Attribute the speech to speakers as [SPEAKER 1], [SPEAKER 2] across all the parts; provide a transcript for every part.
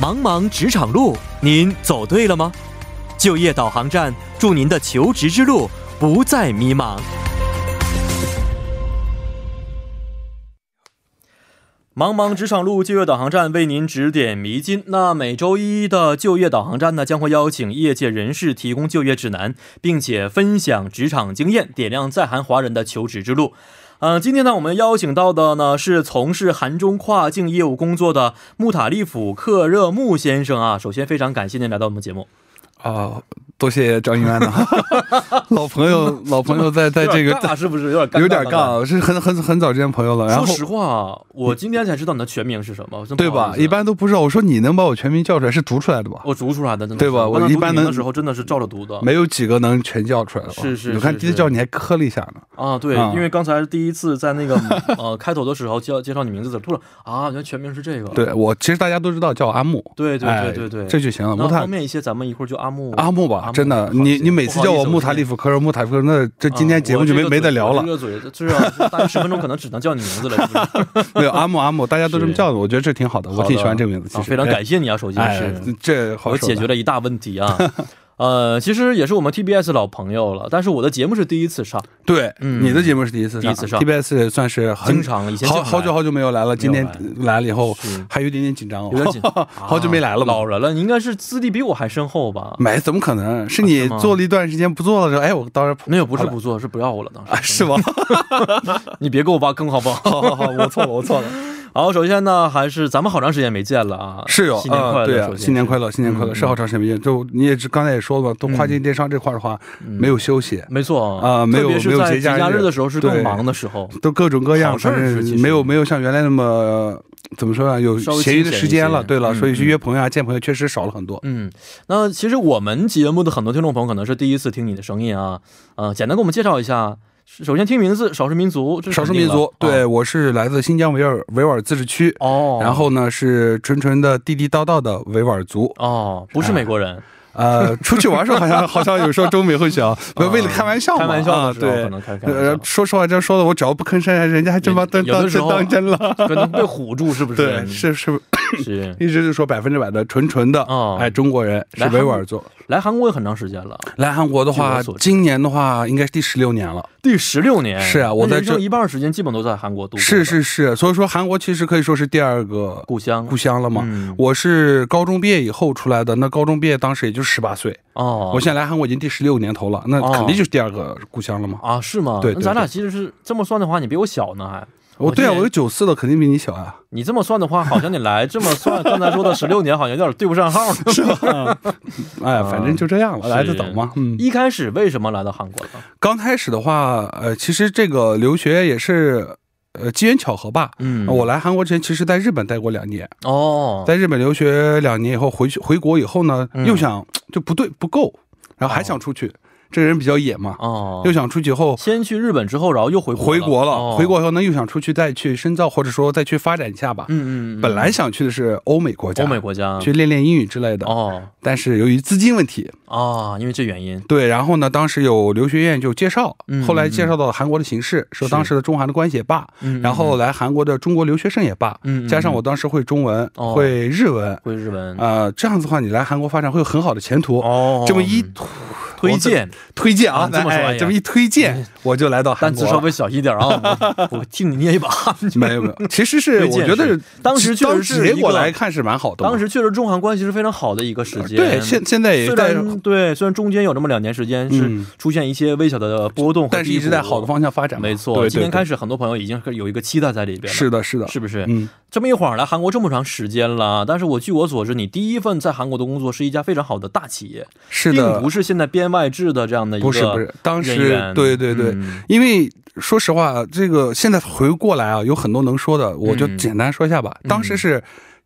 [SPEAKER 1] 茫茫职场路，您走对了吗？就业导航站，祝您的求职之路不再迷茫。茫茫职场路，就业导航站为您指点迷津。那每周一的就业导航站呢，将会邀请业界人士提供就业指南，并且分享职场经验，点亮在韩华人的求职之路。呃，今天呢，我们邀请到的呢是从事韩中跨境业务工作的穆塔利甫克热木先生啊。首先，非常感谢您来到我们节目。
[SPEAKER 2] 啊，多谢张云 安呐、老朋友，老朋友在在这
[SPEAKER 1] 有点尬啊
[SPEAKER 2] 个
[SPEAKER 1] 是不是有点尬
[SPEAKER 2] 有点尬，是很很很早之前朋友了，然
[SPEAKER 1] 说
[SPEAKER 2] 后
[SPEAKER 1] 实话，我今天才知道你的全名是什么，我真不
[SPEAKER 2] 对
[SPEAKER 1] 好
[SPEAKER 2] 吧？
[SPEAKER 1] 意思啊
[SPEAKER 2] 一般都不知道。我说你能把我全名叫出来是读出来的吧？
[SPEAKER 1] 我读出来的，真的
[SPEAKER 2] 对吧
[SPEAKER 1] 是
[SPEAKER 2] 我
[SPEAKER 1] 刚才
[SPEAKER 2] 一
[SPEAKER 1] 读
[SPEAKER 2] 般
[SPEAKER 1] 你名
[SPEAKER 2] 能
[SPEAKER 1] 的时候真的是照着读的
[SPEAKER 2] 没有几个能全叫出来的
[SPEAKER 1] 哦
[SPEAKER 2] 吧。
[SPEAKER 1] 是是
[SPEAKER 2] 你看
[SPEAKER 1] 是
[SPEAKER 2] 第一次叫你还磕了一下呢。
[SPEAKER 1] 啊。对
[SPEAKER 2] 啊，
[SPEAKER 1] 因为刚才第一次在那 个呃开头的时候介介绍你名字的时候，突然啊，原来全名是这个。
[SPEAKER 2] 对我，其实大家都知道叫阿木，
[SPEAKER 1] 对对
[SPEAKER 2] 哎
[SPEAKER 1] 对对对，
[SPEAKER 2] 这就行了。
[SPEAKER 1] 那
[SPEAKER 2] 木塔
[SPEAKER 1] 方便一些，咱们一会儿就阿木
[SPEAKER 2] 阿木吧，真的，
[SPEAKER 1] 好
[SPEAKER 2] 你
[SPEAKER 1] 行
[SPEAKER 2] 你每次叫
[SPEAKER 1] 不好
[SPEAKER 2] 我
[SPEAKER 1] 意思
[SPEAKER 2] 木塔利夫科尔木塔利夫科尔，那这
[SPEAKER 1] 啊
[SPEAKER 2] 今天节目就没
[SPEAKER 1] 我这个
[SPEAKER 2] 没得
[SPEAKER 1] 嘴
[SPEAKER 2] 聊
[SPEAKER 1] 我
[SPEAKER 2] 了
[SPEAKER 1] 这。个嘴至少大概十分钟，可能只能叫你名字了。是不是
[SPEAKER 2] 没有阿木阿木，大家都这么
[SPEAKER 1] 是
[SPEAKER 2] 叫的，我觉得这挺好 的，我挺喜欢这个名字。其
[SPEAKER 1] 啊
[SPEAKER 2] 实
[SPEAKER 1] 非常感谢你啊，首先
[SPEAKER 2] 哎
[SPEAKER 1] 是。
[SPEAKER 2] 哎，这好
[SPEAKER 1] 我
[SPEAKER 2] 说
[SPEAKER 1] 解决
[SPEAKER 2] 的
[SPEAKER 1] 了一大问题啊。呃，其实也是我们 TBS 老朋友了，但是我的节目是第一次上，
[SPEAKER 2] 对，
[SPEAKER 1] 嗯
[SPEAKER 2] 你的节目是第一次
[SPEAKER 1] 第一
[SPEAKER 2] 上
[SPEAKER 1] 次上
[SPEAKER 2] ，TBS 也算是很
[SPEAKER 1] 经常了，以前
[SPEAKER 2] 好好久
[SPEAKER 1] 好
[SPEAKER 2] 好久没有来了，今天来了以后
[SPEAKER 1] 是
[SPEAKER 2] 还有点点紧张哦，
[SPEAKER 1] 有点紧 啊
[SPEAKER 2] 好久没来了嘛嗯
[SPEAKER 1] 老人了，你应该是资历比我还深厚吧？
[SPEAKER 2] 没，怎么可能？是
[SPEAKER 1] 啊
[SPEAKER 2] 你
[SPEAKER 1] 是吗
[SPEAKER 2] 做了一段时间不做了之后，哎，我当时
[SPEAKER 1] 没有，不是
[SPEAKER 2] 好了
[SPEAKER 1] 不做，是不要我了。当时、
[SPEAKER 2] 啊，是吗？
[SPEAKER 1] 你别给我挖坑好不好？
[SPEAKER 2] 好好好，我错了，我错了，
[SPEAKER 1] 好，首先呢，还是咱们好长时间没见了啊，
[SPEAKER 2] 是有
[SPEAKER 1] 新年快乐，
[SPEAKER 2] 啊对
[SPEAKER 1] 首
[SPEAKER 2] 啊，
[SPEAKER 1] 先
[SPEAKER 2] 新年快乐，新年快乐，
[SPEAKER 1] 嗯
[SPEAKER 2] 是好长时间没见，就你也是刚才也说了嘛，都跨境电商这块的话
[SPEAKER 1] 嗯
[SPEAKER 2] 没有休息，
[SPEAKER 1] 没错
[SPEAKER 2] 啊没有
[SPEAKER 1] 特别是
[SPEAKER 2] 没有
[SPEAKER 1] 在
[SPEAKER 2] 节假日
[SPEAKER 1] 日的时候是更
[SPEAKER 2] 对
[SPEAKER 1] 忙的时候，
[SPEAKER 2] 都各种各样，
[SPEAKER 1] 好事儿
[SPEAKER 2] 反
[SPEAKER 1] 是其实
[SPEAKER 2] 正没有没有像原来那么呃怎么说啊，有
[SPEAKER 1] 稍微
[SPEAKER 2] 闲余的
[SPEAKER 1] 清闲
[SPEAKER 2] 时
[SPEAKER 1] 一
[SPEAKER 2] 间了。
[SPEAKER 1] 些
[SPEAKER 2] 对了，
[SPEAKER 1] 嗯
[SPEAKER 2] 所以去约朋友啊、见朋友确实少了很多。
[SPEAKER 1] 嗯，那其实我们节目的很多听众朋友可能是第一次听你的声音啊，呃，简单给我们介绍一下。首先听名字，少数民族，这是
[SPEAKER 2] 少数
[SPEAKER 1] 肯定
[SPEAKER 2] 民
[SPEAKER 1] 的
[SPEAKER 2] 族，对、
[SPEAKER 1] 啊
[SPEAKER 2] 我是来自新疆维尔维吾尔自治区，
[SPEAKER 1] 哦，
[SPEAKER 2] 然后呢是纯纯的地地道道的维吾尔族。
[SPEAKER 1] 哦，不是美国人，
[SPEAKER 2] 呃，出去玩的时候好像好像有时候中美混淆，不是为了开玩笑嘛，
[SPEAKER 1] 开玩笑的
[SPEAKER 2] 啊，
[SPEAKER 1] 时候可
[SPEAKER 2] 对。
[SPEAKER 1] 能开开玩
[SPEAKER 2] 呃
[SPEAKER 1] 笑，，
[SPEAKER 2] 说实话，这样说的，我只要不吭声，人家还真把当
[SPEAKER 1] 有的
[SPEAKER 2] 当
[SPEAKER 1] 时
[SPEAKER 2] 真
[SPEAKER 1] 候
[SPEAKER 2] 当真了。
[SPEAKER 1] 可能被唬住，是不是？
[SPEAKER 2] 对，是是，
[SPEAKER 1] 是。
[SPEAKER 2] 一直就说百分之百的纯纯的，
[SPEAKER 1] 哦
[SPEAKER 2] 哎，中国人是
[SPEAKER 1] 来
[SPEAKER 2] 维
[SPEAKER 1] 韩
[SPEAKER 2] 吾
[SPEAKER 1] 国
[SPEAKER 2] 尔族。
[SPEAKER 1] 来韩国也很长时间了，
[SPEAKER 2] 来韩国的话
[SPEAKER 1] 据我所，知
[SPEAKER 2] 今年的话应该 是第十六年了。
[SPEAKER 1] 第十六年。
[SPEAKER 2] 是啊我
[SPEAKER 1] 那
[SPEAKER 2] 在
[SPEAKER 1] 人
[SPEAKER 2] 这
[SPEAKER 1] 生一半时间基本都在韩国度过。
[SPEAKER 2] 是，是是，所以说韩国其实可以说是第二个
[SPEAKER 1] 故乡。
[SPEAKER 2] 故乡了嘛。
[SPEAKER 1] 嗯
[SPEAKER 2] 我是高中毕业以后出来的，那高中毕业当时也就十八岁，
[SPEAKER 1] 哦，
[SPEAKER 2] 我现在来韩国已经第十六年头了，那
[SPEAKER 1] 哦
[SPEAKER 2] 肯定就是第二个故乡了嘛。
[SPEAKER 1] 啊是吗？
[SPEAKER 2] 对
[SPEAKER 1] 那
[SPEAKER 2] 对
[SPEAKER 1] 咱俩
[SPEAKER 2] 对
[SPEAKER 1] 其实是这么算的话，你比我小呢还。
[SPEAKER 2] 我对啊，
[SPEAKER 1] 现在
[SPEAKER 2] 我有九四的，肯定比你小啊。
[SPEAKER 1] 你这么算的话，好像你来这么 算，刚才说的十六年好像有点对不上号呢。
[SPEAKER 2] 哎，反正就这样了，
[SPEAKER 1] 哦是
[SPEAKER 2] 来得早嘛。嗯，
[SPEAKER 1] 一开始为什么来到韩国了？
[SPEAKER 2] 刚开始的话，呃，其实这个留学也是，呃，机缘巧合吧。
[SPEAKER 1] 嗯
[SPEAKER 2] 啊我来韩国之前，其实在日本待过两年，
[SPEAKER 1] 哦，
[SPEAKER 2] 在日本留学两年以后回去回国以后呢，
[SPEAKER 1] 嗯
[SPEAKER 2] 又想就不对不够，然后还想出去，这个人比较野嘛，
[SPEAKER 1] 哦
[SPEAKER 2] 又，想出去以后
[SPEAKER 1] 先去日本之后，然后又回
[SPEAKER 2] 回国了，
[SPEAKER 1] 哦
[SPEAKER 2] 回国以后呢又想出去再去深造，或者说再去发展一下吧。
[SPEAKER 1] 嗯嗯嗯，
[SPEAKER 2] 本来想去的是欧美国家，
[SPEAKER 1] 欧美国家
[SPEAKER 2] 去练练英语之类的，
[SPEAKER 1] 哦
[SPEAKER 2] 但是由于资金问题，
[SPEAKER 1] 啊，因为这原因
[SPEAKER 2] 对，然后呢，当时有留学院就介绍
[SPEAKER 1] 嗯，
[SPEAKER 2] 后来介绍到韩国的形势，说当时的中韩的关系也罢，
[SPEAKER 1] 嗯嗯
[SPEAKER 2] 然后来韩国的中国留学生也罢，
[SPEAKER 1] 嗯嗯
[SPEAKER 2] 加上我当时会中文，
[SPEAKER 1] 哦
[SPEAKER 2] 会日文，
[SPEAKER 1] 回日本
[SPEAKER 2] 呃，这样子的话，你来韩国发展会有很好的前途。
[SPEAKER 1] 哦
[SPEAKER 2] 这么一
[SPEAKER 1] 嗯推荐，
[SPEAKER 2] 推荐
[SPEAKER 1] 啊
[SPEAKER 2] 啊，
[SPEAKER 1] 这么说
[SPEAKER 2] 哎
[SPEAKER 1] 哎呀
[SPEAKER 2] 这么一推荐，我就来到韩
[SPEAKER 1] 单
[SPEAKER 2] 国
[SPEAKER 1] 词
[SPEAKER 2] 了。
[SPEAKER 1] 稍微小心一点啊，我我替你捏一 把。
[SPEAKER 2] 没有没有，其实是
[SPEAKER 1] 推
[SPEAKER 2] 我
[SPEAKER 1] 荐
[SPEAKER 2] 觉
[SPEAKER 1] 是
[SPEAKER 2] 得
[SPEAKER 1] 当时确
[SPEAKER 2] 当
[SPEAKER 1] 实是
[SPEAKER 2] 结
[SPEAKER 1] 一
[SPEAKER 2] 果
[SPEAKER 1] 个
[SPEAKER 2] 来看是蛮好的嘛。
[SPEAKER 1] 当时确实中韩关系是非常好的一个时间，
[SPEAKER 2] 对，现现在也
[SPEAKER 1] 虽
[SPEAKER 2] 在，
[SPEAKER 1] 然对，虽然中间有这么两年时间是
[SPEAKER 2] 嗯
[SPEAKER 1] 出现一些微小的波动和低谷，
[SPEAKER 2] 但是一直在好的方向发展嘛。
[SPEAKER 1] 没错，
[SPEAKER 2] 对对
[SPEAKER 1] 今天开
[SPEAKER 2] 始
[SPEAKER 1] 始，很多朋友已经有一个期待在里边了，
[SPEAKER 2] 是的，是的，
[SPEAKER 1] 是不是？
[SPEAKER 2] 嗯，
[SPEAKER 1] 这么一晃来韩国这么长时间了，但是我据我所知，你第一份在韩国的工作是一家非常好的大企业，
[SPEAKER 2] 是
[SPEAKER 1] 并
[SPEAKER 2] 的
[SPEAKER 1] 不，是现在编外制的这样的一个
[SPEAKER 2] 不是不是，当
[SPEAKER 1] 人
[SPEAKER 2] 时
[SPEAKER 1] 员，
[SPEAKER 2] 对对对，
[SPEAKER 1] 嗯
[SPEAKER 2] 因为说实话，这个现在回过来啊，有
[SPEAKER 1] 嗯
[SPEAKER 2] 很多能说的，我就简单说一下吧。当时是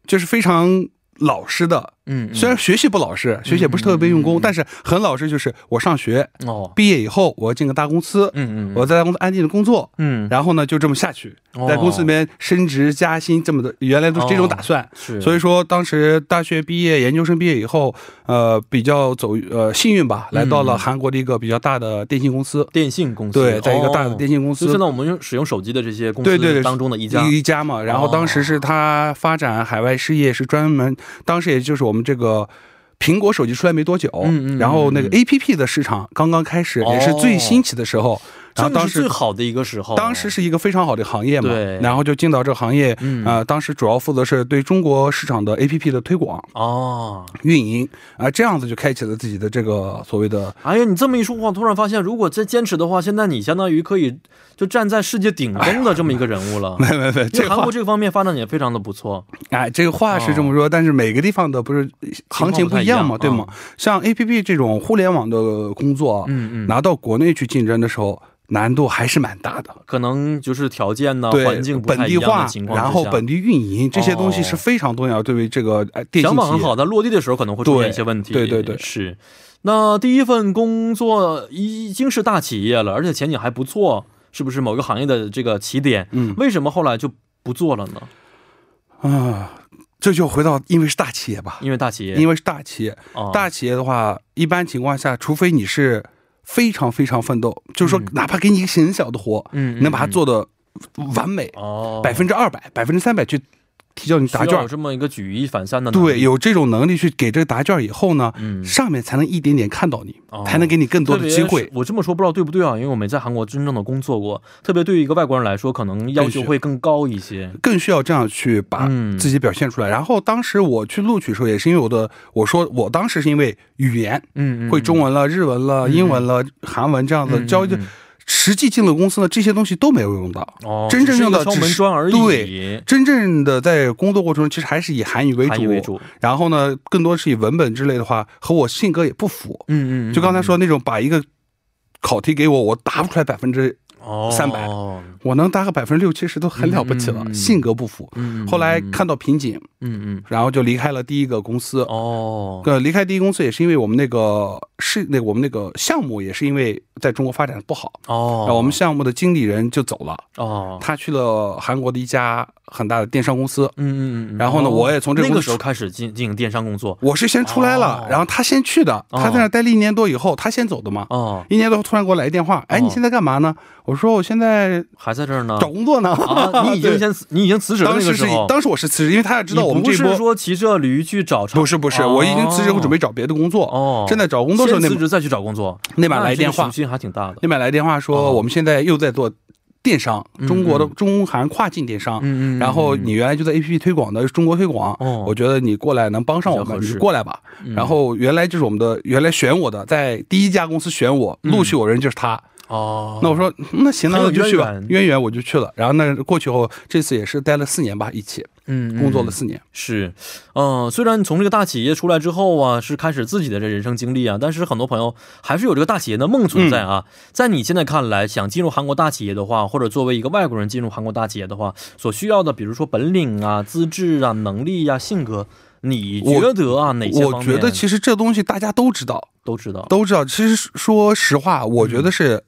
[SPEAKER 2] 就是非常老实的
[SPEAKER 1] 嗯，嗯
[SPEAKER 2] 虽然学习不老实，学习也不是特别用功，但是很老实，就是我上学，
[SPEAKER 1] 哦，
[SPEAKER 2] 毕业以后我要进个大公司，
[SPEAKER 1] 嗯嗯，
[SPEAKER 2] 我在大公司安静的工作，
[SPEAKER 1] 嗯
[SPEAKER 2] 然后呢就这么下去，
[SPEAKER 1] 哦
[SPEAKER 2] 在公司里面升职加薪这么的，原来都是这种打算。
[SPEAKER 1] 是，
[SPEAKER 2] 所
[SPEAKER 1] 以
[SPEAKER 2] 以说，当时大学毕业、研究生毕业以后，呃，比较走呃幸运吧，来到了韩国的一个比较大的电信公司，
[SPEAKER 1] 电信嗯公司
[SPEAKER 2] 对，在一个大的电
[SPEAKER 1] 信
[SPEAKER 2] 信公
[SPEAKER 1] 就
[SPEAKER 2] 司
[SPEAKER 1] 现在我们用使用手机的这些公
[SPEAKER 2] 对对
[SPEAKER 1] 司
[SPEAKER 2] 对
[SPEAKER 1] 当中的一家，哦
[SPEAKER 2] 一家嘛。然后当时是他发展海外事业，是专门当时也就是我们这个。苹果手机出来没多久，
[SPEAKER 1] 嗯嗯嗯
[SPEAKER 2] 然后那个 A P P 的市场刚刚开始，
[SPEAKER 1] 哦
[SPEAKER 2] 也是最兴起的时候。
[SPEAKER 1] 这
[SPEAKER 2] 然后当
[SPEAKER 1] 个是
[SPEAKER 2] 时
[SPEAKER 1] 最好的一个时候，
[SPEAKER 2] 当时是一个非常好的行业嘛
[SPEAKER 1] 哦对，
[SPEAKER 2] 然后就进到这个行业，
[SPEAKER 1] 嗯
[SPEAKER 2] 呃，当时主要负责是对中国市场的 A P P 的推广、
[SPEAKER 1] 哦，
[SPEAKER 2] 运营啊、这样子就开启了自己的这个所 谓的
[SPEAKER 1] 哎呀，你这么一说话，突然发现，如果再坚持的话，现在你相当于可以就站在世界顶峰的这么一个人物 了。
[SPEAKER 2] 没没没，
[SPEAKER 1] 因
[SPEAKER 2] 这
[SPEAKER 1] 为
[SPEAKER 2] 个
[SPEAKER 1] 韩
[SPEAKER 2] 话
[SPEAKER 1] 国这个方面发展也非常的不错，
[SPEAKER 2] 哎，这个话是这么说，但是每个地方的不是行情不一样嘛，
[SPEAKER 1] 哦情况不太
[SPEAKER 2] 对
[SPEAKER 1] 一样
[SPEAKER 2] 吗？像 A P P 这种互联网的工作、
[SPEAKER 1] 嗯嗯，
[SPEAKER 2] 拿到国内去竞争的时候，难度还是蛮大的。
[SPEAKER 1] 可能就是条件呢、
[SPEAKER 2] 对
[SPEAKER 1] 啊环境不
[SPEAKER 2] 本
[SPEAKER 1] 太一
[SPEAKER 2] 地
[SPEAKER 1] 样的
[SPEAKER 2] 化
[SPEAKER 1] 情，况之下哦
[SPEAKER 2] 然后本地运营这些东西是非常重要，对于这个哎电信
[SPEAKER 1] 想法
[SPEAKER 2] 企
[SPEAKER 1] 很
[SPEAKER 2] 业。
[SPEAKER 1] 好，但落地的时候可能会出现一些问题。
[SPEAKER 2] 对对对对
[SPEAKER 1] 是。那第一份工作已经是大企业了，而且前景还不错，是不是某个行业的这个起点？
[SPEAKER 2] 嗯
[SPEAKER 1] 为什么后来就不做了呢？
[SPEAKER 2] 啊，这就回到因为是大企业吧，
[SPEAKER 1] 因为大企业，
[SPEAKER 2] 因为是大企业，
[SPEAKER 1] 啊
[SPEAKER 2] 大企业的话，一般情况下，除非你是非常非常奋斗，就是说
[SPEAKER 1] 嗯，
[SPEAKER 2] 哪怕给你一个很小的活，
[SPEAKER 1] 嗯，
[SPEAKER 2] 能把它
[SPEAKER 1] 嗯
[SPEAKER 2] 做的完美，
[SPEAKER 1] 哦，
[SPEAKER 2] 百分之二百、百分之三百去提交你答
[SPEAKER 1] 需要有
[SPEAKER 2] 卷，
[SPEAKER 1] 这么一个举一反三的能力
[SPEAKER 2] 对，有这种能力去给这个答卷以后呢，
[SPEAKER 1] 嗯
[SPEAKER 2] 上面才能一点点看到你，
[SPEAKER 1] 哦
[SPEAKER 2] 才能给你更多的机
[SPEAKER 1] 特别
[SPEAKER 2] 会
[SPEAKER 1] 是。我这么说不知道对不对啊？因为我没在韩国真正的工作过，特别对于一个外国人来说，可能要求会更高一些。
[SPEAKER 2] 更需要这样去把
[SPEAKER 1] 嗯
[SPEAKER 2] 自己表现出来。然后当时我去录取的时候，也是因为我的，我说我当时是因为语言，
[SPEAKER 1] 嗯，嗯
[SPEAKER 2] 会中文了、日文了、英文了、韩文这样的交
[SPEAKER 1] 嗯
[SPEAKER 2] 就
[SPEAKER 1] 嗯嗯
[SPEAKER 2] 实际进了公司呢，这些东西都没有用到。
[SPEAKER 1] 哦，
[SPEAKER 2] 真正用到
[SPEAKER 1] 只是一个敲门砖而已，
[SPEAKER 2] 只真正的在工作过程中，其实还是以韩语为
[SPEAKER 1] 韩
[SPEAKER 2] 主，
[SPEAKER 1] 语为主。
[SPEAKER 2] 然后呢，更多是以文本之类的话，和我性格也不符。
[SPEAKER 1] 嗯嗯，
[SPEAKER 2] 就刚才说那种，把一个考题给我，我答不出来百分之，
[SPEAKER 1] 哦，
[SPEAKER 2] 300
[SPEAKER 1] 嗯
[SPEAKER 2] 我能答个百分之六七十都很了不起了，
[SPEAKER 1] 嗯嗯嗯
[SPEAKER 2] 性格不符。
[SPEAKER 1] 嗯，
[SPEAKER 2] 后来看到瓶颈，
[SPEAKER 1] 嗯嗯，
[SPEAKER 2] 然后就离开了第一个公司。
[SPEAKER 1] 哦，
[SPEAKER 2] 呃，离开第一公司也是因为我们那个是那个我们那个项目也是因为在中国发展的不好，然
[SPEAKER 1] 哦，
[SPEAKER 2] 后我们项目的经理人就走了，
[SPEAKER 1] 哦，
[SPEAKER 2] 他去了韩国的一家很大的电商公司。
[SPEAKER 1] 嗯嗯嗯，
[SPEAKER 2] 然后呢
[SPEAKER 1] 哦
[SPEAKER 2] 我也从这个
[SPEAKER 1] 那
[SPEAKER 2] 公
[SPEAKER 1] 个
[SPEAKER 2] 司
[SPEAKER 1] 时候开始进进行电商工作。
[SPEAKER 2] 我是先出来了，
[SPEAKER 1] 哦
[SPEAKER 2] 然后他先去的，他在那儿待了一年多以后，他先走的嘛。
[SPEAKER 1] 哦，
[SPEAKER 2] 一年多后突然给我来一电话，哎，
[SPEAKER 1] 哦
[SPEAKER 2] 你现在干嘛呢？我说我现在
[SPEAKER 1] 还在这儿呢。
[SPEAKER 2] 找工作呢。
[SPEAKER 1] 啊，你已经
[SPEAKER 2] 对
[SPEAKER 1] 先辞你已经辞职了
[SPEAKER 2] 当
[SPEAKER 1] 那个
[SPEAKER 2] 时
[SPEAKER 1] 时
[SPEAKER 2] 是
[SPEAKER 1] 候，
[SPEAKER 2] 当时我是辞职，因为他也知道我们
[SPEAKER 1] 你
[SPEAKER 2] 这
[SPEAKER 1] 不
[SPEAKER 2] 一
[SPEAKER 1] 是
[SPEAKER 2] 波
[SPEAKER 1] 说骑着驴去找厂
[SPEAKER 2] 不是不是，
[SPEAKER 1] 哦
[SPEAKER 2] 我已经辞职，我准备找别的工作。
[SPEAKER 1] 哦，
[SPEAKER 2] 真的找工作的时候
[SPEAKER 1] 先
[SPEAKER 2] 那
[SPEAKER 1] 辞职再去找工作，
[SPEAKER 2] 那晚来
[SPEAKER 1] 这个
[SPEAKER 2] 电话
[SPEAKER 1] 雄，心还挺大的。
[SPEAKER 2] 那边来电话
[SPEAKER 1] 哦
[SPEAKER 2] 说我们现在又在做电商，
[SPEAKER 1] 嗯
[SPEAKER 2] 中国的
[SPEAKER 1] 嗯
[SPEAKER 2] 中韩跨境电商。
[SPEAKER 1] 嗯
[SPEAKER 2] 然后你原来就在 APP 推广的中国推广，
[SPEAKER 1] 哦
[SPEAKER 2] 我觉得你过来能帮上我
[SPEAKER 1] 比较
[SPEAKER 2] 们，
[SPEAKER 1] 合
[SPEAKER 2] 你
[SPEAKER 1] 适
[SPEAKER 2] 就过来吧。
[SPEAKER 1] 嗯
[SPEAKER 2] 然后原来就是我们的原来选我的，在第一家公司选我录取我人就是他。
[SPEAKER 1] 嗯哦，
[SPEAKER 2] 那我说嗯那行，那
[SPEAKER 1] 很有
[SPEAKER 2] 我就去吧
[SPEAKER 1] 渊源，
[SPEAKER 2] 渊源我就去了。然后那过去后，这次也是待了四年吧，一起
[SPEAKER 1] 嗯
[SPEAKER 2] 工作了
[SPEAKER 1] 嗯
[SPEAKER 2] 四年。
[SPEAKER 1] 是，嗯、虽然从这个大企业出来之后啊，是开始自己的这人生经历啊，但是很多朋友还是有这个大企业的梦存
[SPEAKER 2] 嗯
[SPEAKER 1] 在啊。在你现在看来，想进入韩国大企业的话，或者作为一个外国人进入韩国大企业的话，所需要的，比如说本领啊、资质啊、能力呀、性格，你觉得啊哪些方面？
[SPEAKER 2] 我觉得其实这东西大家都知道，
[SPEAKER 1] 都知道。
[SPEAKER 2] 都知道。其实说实话，我觉得是、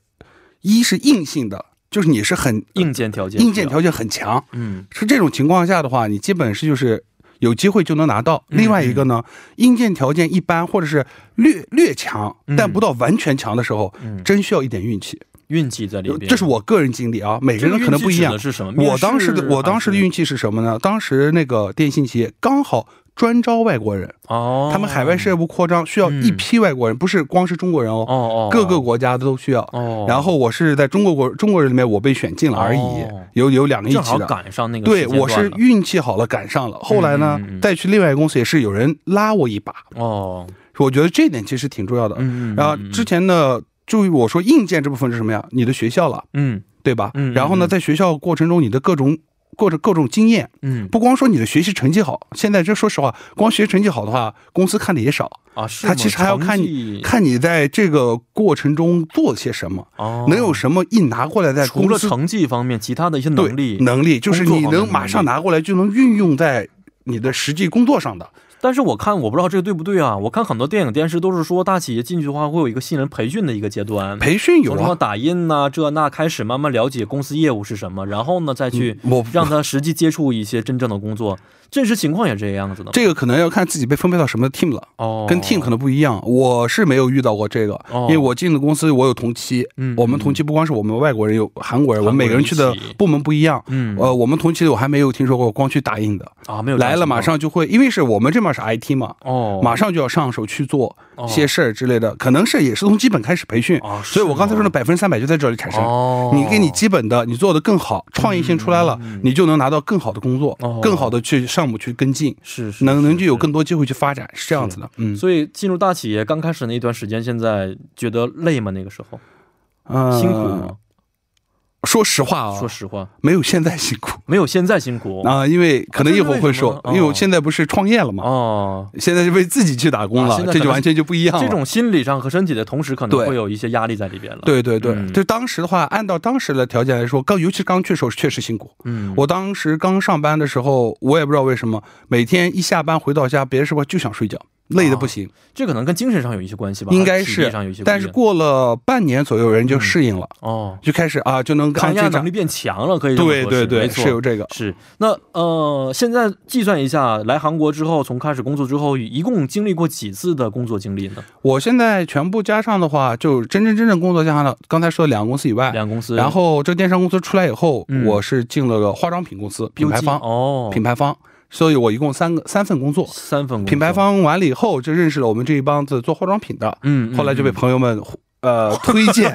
[SPEAKER 2] 一是硬性的，就是你是很
[SPEAKER 1] 嗯硬件条件，
[SPEAKER 2] 硬件，条件很强，
[SPEAKER 1] 嗯
[SPEAKER 2] 是这种情况下的话，你基本是就是有机会就能拿到。
[SPEAKER 1] 嗯
[SPEAKER 2] 另外一个呢，硬件条件一般或者是略略强
[SPEAKER 1] 嗯，
[SPEAKER 2] 但不到完全强的时候，
[SPEAKER 1] 嗯，
[SPEAKER 2] 真需要一点运气。
[SPEAKER 1] 运气在里边。
[SPEAKER 2] 这是我个人经历啊，每
[SPEAKER 1] 每
[SPEAKER 2] 个人可能不一样。
[SPEAKER 1] 是什么？面
[SPEAKER 2] 我
[SPEAKER 1] 试啊
[SPEAKER 2] 当时的我当时的
[SPEAKER 1] 还是
[SPEAKER 2] 运气是什么呢？当时那个电信企业刚好专招外国人，
[SPEAKER 1] 哦，
[SPEAKER 2] 他们海外事业部扩张需要
[SPEAKER 1] 嗯
[SPEAKER 2] 一批外国人，不是光是中国人
[SPEAKER 1] 哦
[SPEAKER 2] 哦，
[SPEAKER 1] 哦，
[SPEAKER 2] 各个国家都需要。
[SPEAKER 1] 哦，
[SPEAKER 2] 然后我是在中国国中国人里面我被选进了而已
[SPEAKER 1] 哦，
[SPEAKER 2] 有有两个一
[SPEAKER 1] 正
[SPEAKER 2] 起
[SPEAKER 1] 好
[SPEAKER 2] 的。
[SPEAKER 1] 赶上那个时
[SPEAKER 2] 对，
[SPEAKER 1] 间段
[SPEAKER 2] 我是
[SPEAKER 1] 了
[SPEAKER 2] 运气好了赶上了。后来呢
[SPEAKER 1] 嗯嗯嗯嗯，
[SPEAKER 2] 再去另外一个公司也是有人拉我一把，
[SPEAKER 1] 哦，
[SPEAKER 2] 我觉得这点其实挺重要的。
[SPEAKER 1] 嗯，
[SPEAKER 2] 然后之前呢，注意我说硬件这部分是什么呀？你的学校了。
[SPEAKER 1] 嗯
[SPEAKER 2] 对吧？
[SPEAKER 1] 嗯嗯
[SPEAKER 2] 然后呢，
[SPEAKER 1] 嗯
[SPEAKER 2] 在学校过程中，你的各种各种各种经验，
[SPEAKER 1] 嗯
[SPEAKER 2] 不光说你的学习成绩好，现在这说实话，光学习成绩好的话，公司看的也少，
[SPEAKER 1] 啊，是
[SPEAKER 2] 他
[SPEAKER 1] 吗
[SPEAKER 2] 其实还要看
[SPEAKER 1] 成
[SPEAKER 2] 你
[SPEAKER 1] 绩
[SPEAKER 2] 看你在这个过程中做了些什么，
[SPEAKER 1] 哦，
[SPEAKER 2] 能有什么一拿过来在
[SPEAKER 1] 除了
[SPEAKER 2] 公司
[SPEAKER 1] 成绩方面，其他的一些
[SPEAKER 2] 对
[SPEAKER 1] 能力，
[SPEAKER 2] 能力，就是
[SPEAKER 1] 工作
[SPEAKER 2] 你
[SPEAKER 1] 方面的
[SPEAKER 2] 能马上拿过来就能运用在你的实际工作上的，
[SPEAKER 1] 但是我看我不知道这个对不对啊，我看很多电影电视都是说大企业进去的话会有一个新人培训的一个阶段，
[SPEAKER 2] 培训有
[SPEAKER 1] 从什么
[SPEAKER 2] 啊，
[SPEAKER 1] 打印呐、这那开始慢慢了解公司业务是什么，然后呢再去
[SPEAKER 2] 嗯我
[SPEAKER 1] 让他实际接触一些真正的工作，真实情况也这个样子的吗。
[SPEAKER 2] 这个可能要看自己被分配到什么 team 了。
[SPEAKER 1] 哦，
[SPEAKER 2] 跟 team 可能不一样，我是没有遇到过这个，
[SPEAKER 1] 哦
[SPEAKER 2] 因为我进的公司我有同期，
[SPEAKER 1] 嗯
[SPEAKER 2] 我们同期不光是我们外国人有韩国人，我们每个人去的
[SPEAKER 1] 一起
[SPEAKER 2] 部门不一样。
[SPEAKER 1] 嗯
[SPEAKER 2] 呃，我们同期的我还没有听说过光去打印的，
[SPEAKER 1] 啊没有这样
[SPEAKER 2] 来了马
[SPEAKER 1] 情
[SPEAKER 2] 上就会，因为是我们这边是 IT 嘛，
[SPEAKER 1] 况哦，
[SPEAKER 2] 马上就要上手去做
[SPEAKER 1] 哦
[SPEAKER 2] 一些事儿之类的，可能是也是从基本开始培训，
[SPEAKER 1] 啊，
[SPEAKER 2] 所以我刚才说的百分之三百就在这里产
[SPEAKER 1] 是吗
[SPEAKER 2] 生。
[SPEAKER 1] 哦，嗯
[SPEAKER 2] 你给你基本的，你做的更好，创意性出来了，你就能拿到更好的工作
[SPEAKER 1] 哦，
[SPEAKER 2] 更好的去项目去跟进，
[SPEAKER 1] 是是
[SPEAKER 2] 能能
[SPEAKER 1] 是
[SPEAKER 2] 就有更多机会去发展，是这样子的。嗯，
[SPEAKER 1] 所以进入大企业刚开始那一段时间，现在觉得累吗？那个时候
[SPEAKER 2] 呃
[SPEAKER 1] 辛苦吗？
[SPEAKER 2] 说实话啊，
[SPEAKER 1] 说实话，哦
[SPEAKER 2] 没有现在辛苦
[SPEAKER 1] 没有现在辛苦
[SPEAKER 2] 啊、因为可能一会儿会说
[SPEAKER 1] 啊，这是为什么呢
[SPEAKER 2] 因为我现在不是创业了嘛，
[SPEAKER 1] 哦。
[SPEAKER 2] 现在是为自己去打工了，
[SPEAKER 1] 啊现在可
[SPEAKER 2] 这就
[SPEAKER 1] 能
[SPEAKER 2] 完全就不一样了。
[SPEAKER 1] 这种心理上和身体的同时，可能
[SPEAKER 2] 对
[SPEAKER 1] 会有一些压力在里边了。，
[SPEAKER 2] 对对对，
[SPEAKER 1] 嗯
[SPEAKER 2] 就当时的话，按照当时的条件来说，刚尤其刚去的时候确实辛苦。
[SPEAKER 1] 嗯，
[SPEAKER 2] 我当时刚上班的时候，我也不知道为什么，每天一下班回到家，别的时候就想睡觉，累
[SPEAKER 1] 哦
[SPEAKER 2] 的不行。
[SPEAKER 1] 这可能跟精神上有一些关系吧，
[SPEAKER 2] 应该
[SPEAKER 1] 还体力
[SPEAKER 2] 是
[SPEAKER 1] 上有一些，关
[SPEAKER 2] 但
[SPEAKER 1] 系。
[SPEAKER 2] 是过了半年左右，人就适应了，
[SPEAKER 1] 哦，
[SPEAKER 2] 就开始啊，就能
[SPEAKER 1] 抗
[SPEAKER 2] 看
[SPEAKER 1] 压
[SPEAKER 2] 这
[SPEAKER 1] 能
[SPEAKER 2] 种。
[SPEAKER 1] 力变强了，可以这么
[SPEAKER 2] 对
[SPEAKER 1] 说
[SPEAKER 2] 对
[SPEAKER 1] 是没
[SPEAKER 2] 对，
[SPEAKER 1] 错，
[SPEAKER 2] 是有这个。
[SPEAKER 1] 是，那呃，现在计算一下，来韩国之后，从开始工作之后，一共经历过几次的工作经历呢？
[SPEAKER 2] 我现在全部加上的话，就真真正正工作加上了，刚才说的两个公司以外，
[SPEAKER 1] 两公司，
[SPEAKER 2] 哎然后这个电商公司出来以后，
[SPEAKER 1] 嗯
[SPEAKER 2] 我是进了个化妆品公司，品牌
[SPEAKER 1] UG
[SPEAKER 2] 方，
[SPEAKER 1] 哦，
[SPEAKER 2] 品牌方，所以我一共三个三份工作。
[SPEAKER 1] 三份工作
[SPEAKER 2] 品牌，方完了以后，就认识了我们这一帮子做化妆品的，
[SPEAKER 1] 嗯，嗯
[SPEAKER 2] 后来就被
[SPEAKER 1] 嗯
[SPEAKER 2] 朋友们呃推 荐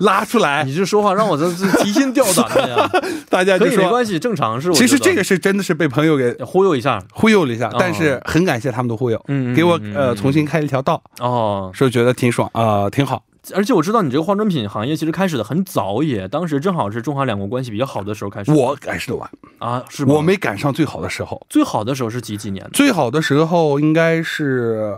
[SPEAKER 2] 拉出来，
[SPEAKER 1] 你这说话让我这这提心吊胆的 呀。
[SPEAKER 2] 大家
[SPEAKER 1] 可
[SPEAKER 2] 就
[SPEAKER 1] 以，没
[SPEAKER 2] 说，
[SPEAKER 1] 关系，正常是我觉
[SPEAKER 2] 其
[SPEAKER 1] 得。
[SPEAKER 2] 实这个是真的是被朋友给
[SPEAKER 1] 忽悠一下，
[SPEAKER 2] 忽悠了一下
[SPEAKER 1] 哦，
[SPEAKER 2] 但是很感谢他们的忽悠，
[SPEAKER 1] 嗯，嗯
[SPEAKER 2] 给我
[SPEAKER 1] 嗯
[SPEAKER 2] 呃
[SPEAKER 1] 嗯
[SPEAKER 2] 重新开了一条道，
[SPEAKER 1] 哦。
[SPEAKER 2] 是觉得挺爽啊、呃挺好。
[SPEAKER 1] 而且我知道你这个化妆品行业其实开始的很早也，当时正好是中韩两国关系比较好的时候开始。
[SPEAKER 2] 我赶上的晚，
[SPEAKER 1] 啊，是吗
[SPEAKER 2] 我没赶上最好的时候，
[SPEAKER 1] 最好的时候是几几年的？
[SPEAKER 2] 最好的时候应该是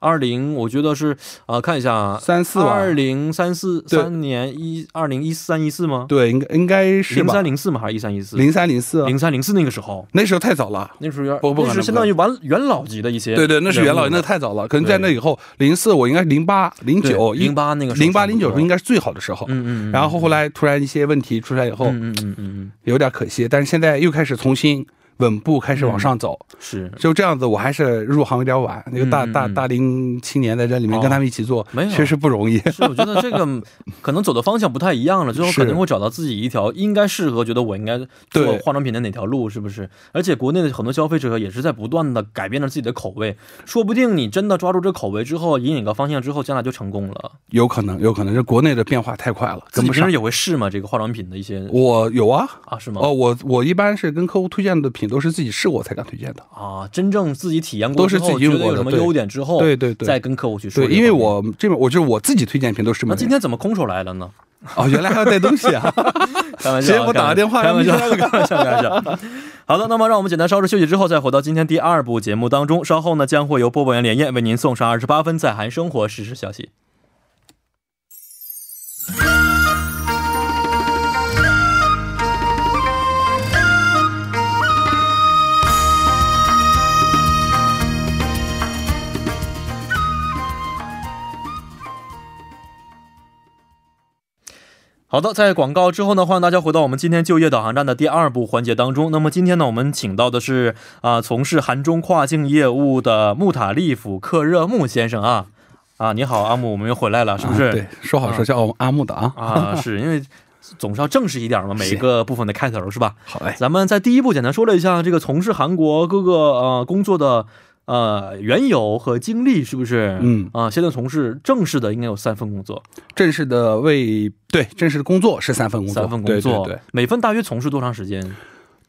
[SPEAKER 1] 二零，我觉得是啊、呃看一下啊，
[SPEAKER 2] 三四吧
[SPEAKER 1] 二，零三四
[SPEAKER 2] 对
[SPEAKER 1] 三年一二零一三一四吗？
[SPEAKER 2] 对，应该应该是
[SPEAKER 1] 零
[SPEAKER 2] 吧
[SPEAKER 1] 三，零四吗？还是一三一四？
[SPEAKER 2] 零三零四，啊
[SPEAKER 1] 零三零四那个时候，
[SPEAKER 2] 那时候太早了。
[SPEAKER 1] 那时候有点
[SPEAKER 2] 不不可
[SPEAKER 1] 那
[SPEAKER 2] 能
[SPEAKER 1] 是相当于元元老级的一些人
[SPEAKER 2] 对
[SPEAKER 1] 物了，
[SPEAKER 2] 对，那是元老，那太早了。可能在那以后，零四我应该是零八、零九、
[SPEAKER 1] 零八那个
[SPEAKER 2] 零八、零九时候应
[SPEAKER 1] 该
[SPEAKER 2] 该是最好的时候。
[SPEAKER 1] 嗯嗯，嗯
[SPEAKER 2] 然后后来突然一些问题出来以后，
[SPEAKER 1] 嗯嗯嗯嗯
[SPEAKER 2] 有点可惜，但是现在又开始重新稳步开始往上走，
[SPEAKER 1] 嗯是
[SPEAKER 2] 就这样子。我还是入行有点晚，那个大
[SPEAKER 1] 嗯嗯
[SPEAKER 2] 大
[SPEAKER 1] 嗯
[SPEAKER 2] 大零七年在这里面
[SPEAKER 1] 哦
[SPEAKER 2] 跟他们一起做，
[SPEAKER 1] 没有
[SPEAKER 2] 确实不容易。
[SPEAKER 1] 是，我觉得这 个可能走的方向不太一样了，最后
[SPEAKER 2] 是
[SPEAKER 1] 肯定会找到自己一条应该适合，觉得我应该做
[SPEAKER 2] 对
[SPEAKER 1] 化妆品的哪条路，是不是？而且国内的很多消费者也是在不断的改变着自己的口味，说不定你真的抓住这口味之后，引领个方向之后，将来就成功了。
[SPEAKER 2] 有可能，有可能是国内的变化太快了，
[SPEAKER 1] 自
[SPEAKER 2] 跟
[SPEAKER 1] 己
[SPEAKER 2] 不
[SPEAKER 1] 平
[SPEAKER 2] 上
[SPEAKER 1] 时。也会试吗？这个化妆品的一些
[SPEAKER 2] 我有啊，
[SPEAKER 1] 啊，是吗？
[SPEAKER 2] 哦，我我一般是跟客户推荐的品都是自己试过才敢推荐的。
[SPEAKER 1] 啊，真正自己体验过
[SPEAKER 2] 都是
[SPEAKER 1] 之后
[SPEAKER 2] 自己用
[SPEAKER 1] 觉得有
[SPEAKER 2] 过的
[SPEAKER 1] 什么
[SPEAKER 2] 对
[SPEAKER 1] 优点之后，
[SPEAKER 2] 对对对
[SPEAKER 1] 再跟客户去说
[SPEAKER 2] 对，
[SPEAKER 1] 这个方面。哦
[SPEAKER 2] 因为我这边我就是我自己推荐品都是这么
[SPEAKER 1] 那
[SPEAKER 2] 的
[SPEAKER 1] 今天怎么空手来了呢？
[SPEAKER 2] 哦，原来还要带东西啊！
[SPEAKER 1] 开玩笑啊，
[SPEAKER 2] 直接给我打个电话
[SPEAKER 1] 开玩笑， 开玩笑，开玩笑开玩笑。好的，那么让我们简单稍事休息之后，再回到今天第二部节目当中。稍后呢，将会由播报员连夜为您送上二十八分在韩生活实时消息。好的，在广告之后呢，欢迎大家回到我们今天就业导航站的第二部环节当中。那么今天呢，我们请到的是啊、从事韩中跨境业务的穆塔利夫克热木先生啊啊，你好，阿木，我们又回来 了，是不是？嗯
[SPEAKER 2] 啊对，说好说叫阿木的啊。
[SPEAKER 1] 啊，是因为总是要正式一点嘛，每一个部分的开头是吧？
[SPEAKER 2] 好嘞，
[SPEAKER 1] 咱们在第一步简单说了一下这个从事韩国各个呃工作的呃缘由和经历，是不是？
[SPEAKER 2] 嗯
[SPEAKER 1] 啊，现在从事正式的应该有三份工作，
[SPEAKER 2] 正式的为对正式的工作是三份工作，
[SPEAKER 1] 三份工作，
[SPEAKER 2] 对对对，
[SPEAKER 1] 每份大约从事多长时间？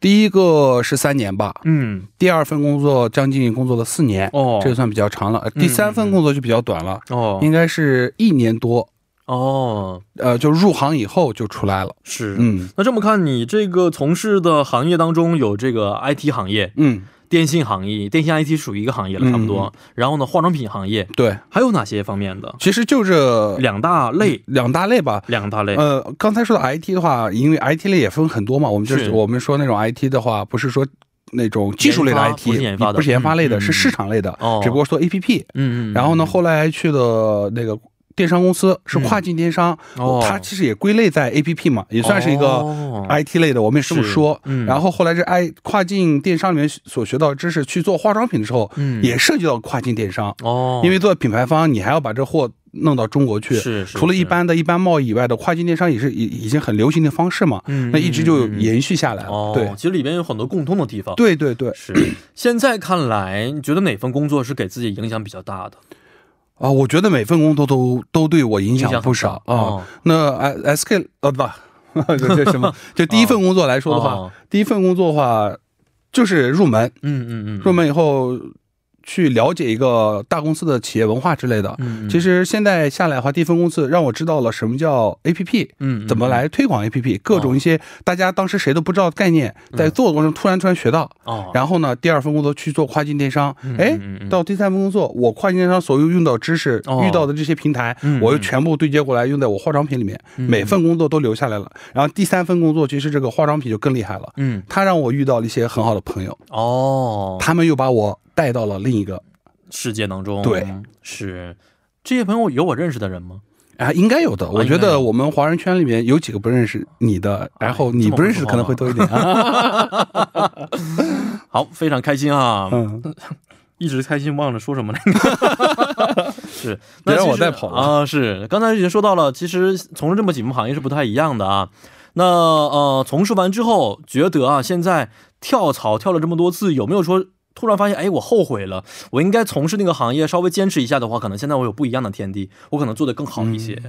[SPEAKER 2] 第一个是三年吧，
[SPEAKER 1] 嗯，
[SPEAKER 2] 第二份工作将近工作了四年，
[SPEAKER 1] 哦，
[SPEAKER 2] 这个嗯算比较长了。呃第三份工作就比较短了，
[SPEAKER 1] 哦
[SPEAKER 2] 应该是一年多，
[SPEAKER 1] 哦
[SPEAKER 2] 呃，就入行以后就出来了。
[SPEAKER 1] 是。
[SPEAKER 2] 嗯
[SPEAKER 1] 那这么看，你这个从事的行业当中有这个 IT 行业、
[SPEAKER 2] 嗯，
[SPEAKER 1] 电信行业，电信 IT 属于一个行业了，差不多。然后呢，化妆品行业
[SPEAKER 2] 对，
[SPEAKER 1] 还有哪些方面的？
[SPEAKER 2] 其实就这
[SPEAKER 1] 两大类，
[SPEAKER 2] 两大类吧。
[SPEAKER 1] 两大类。
[SPEAKER 2] 嗯呃，刚才说的 IT 的话，因为 IT 类也分很多嘛，我们就是是我们说那种 IT 的话，不是说那种技术类的
[SPEAKER 1] 研发
[SPEAKER 2] IT，
[SPEAKER 1] 不是研发的
[SPEAKER 2] 不是研发类的，
[SPEAKER 1] 嗯嗯
[SPEAKER 2] 是市场类的，
[SPEAKER 1] 哦
[SPEAKER 2] 只不过说 APP。
[SPEAKER 1] 嗯嗯，嗯
[SPEAKER 2] 然后呢，后来还去了那个电商公司，是跨境电商，
[SPEAKER 1] 哦
[SPEAKER 2] 它其实也归类在 APP 嘛，也算是一个
[SPEAKER 1] 哦
[SPEAKER 2] IT 类的，我们也这么
[SPEAKER 1] 是
[SPEAKER 2] 说。
[SPEAKER 1] 嗯
[SPEAKER 2] 然后后来这 I 跨境电商里面所学到的知识，去做化妆品的时候，
[SPEAKER 1] 嗯
[SPEAKER 2] 也涉及到跨境电商，
[SPEAKER 1] 哦，
[SPEAKER 2] 因为做品牌方，你还要把这货弄到中国去。
[SPEAKER 1] 是是
[SPEAKER 2] 除了一
[SPEAKER 1] 是
[SPEAKER 2] 般的一般贸易以外的跨境电商也是已已经很流行的方式嘛，
[SPEAKER 1] 嗯
[SPEAKER 2] 那一直就
[SPEAKER 1] 嗯嗯嗯
[SPEAKER 2] 延续下来了。
[SPEAKER 1] 哦，其实里边有很多共通的地方。，
[SPEAKER 2] 对对对对
[SPEAKER 1] 是。现在看来，你觉得哪份工作是给自己影响比较大的？
[SPEAKER 2] 啊，我觉得每份工作都都对我影响不少
[SPEAKER 1] 影响很哦大
[SPEAKER 2] 啊。那 S S K 呃不， 这这 什么？就第一份工作来说的话，
[SPEAKER 1] 哦
[SPEAKER 2] 第一份工作的话就是入门，
[SPEAKER 1] 嗯嗯嗯，
[SPEAKER 2] 入门以后去了解一个大公司的企业文化之类的。
[SPEAKER 1] 嗯，嗯
[SPEAKER 2] 其实现在下来的话，第一份工作让我知道了什么叫 A P P，
[SPEAKER 1] 嗯嗯哦
[SPEAKER 2] 怎么来推广 A P P，各种一些大家当时谁都不知道的概念，在做的过程中突然突然学到。
[SPEAKER 1] 嗯哦，
[SPEAKER 2] 然后呢，第二份工作去做跨境电商
[SPEAKER 1] 嗯，
[SPEAKER 2] 哎、
[SPEAKER 1] 嗯嗯嗯
[SPEAKER 2] 到第三份工作，我跨境电商所有用到知识、
[SPEAKER 1] 哦
[SPEAKER 2] 遇到的这些平台，
[SPEAKER 1] 嗯
[SPEAKER 2] 我又
[SPEAKER 1] 嗯
[SPEAKER 2] 全部对接过来用在我化妆品里面，每份工作都留下来了。然后第三份工作，其实这个化妆品就更厉害了，
[SPEAKER 1] 嗯
[SPEAKER 2] 它让我遇到了一些很好的朋友，
[SPEAKER 1] 哦，
[SPEAKER 2] 他们又把我带到了另一个
[SPEAKER 1] 世界当中
[SPEAKER 2] 对
[SPEAKER 1] 是这些朋友有我认识的人吗？
[SPEAKER 2] 啊，应该有的。我
[SPEAKER 1] 哦应该
[SPEAKER 2] 觉
[SPEAKER 1] 有哎
[SPEAKER 2] 得我们华人圈里面有几个不认识你的，然后你不认识的可能会多一点啊。
[SPEAKER 1] 好，非常开心啊！
[SPEAKER 2] 嗯，
[SPEAKER 1] 一直开心忘了说什么了。 是，那
[SPEAKER 2] 别让
[SPEAKER 1] 其
[SPEAKER 2] 我
[SPEAKER 1] 实
[SPEAKER 2] 带跑了
[SPEAKER 1] 啊！是，刚才已经说到了，其实从事这么几门行业是不太一样的啊。那呃，从事完之后，觉得啊，现在跳槽跳了这么多次，有没有说突然发现，哎，我后悔了，我应该从事那个行业稍微坚持一下的话，可能现在我有不一样的天地，我可能做得更好一些。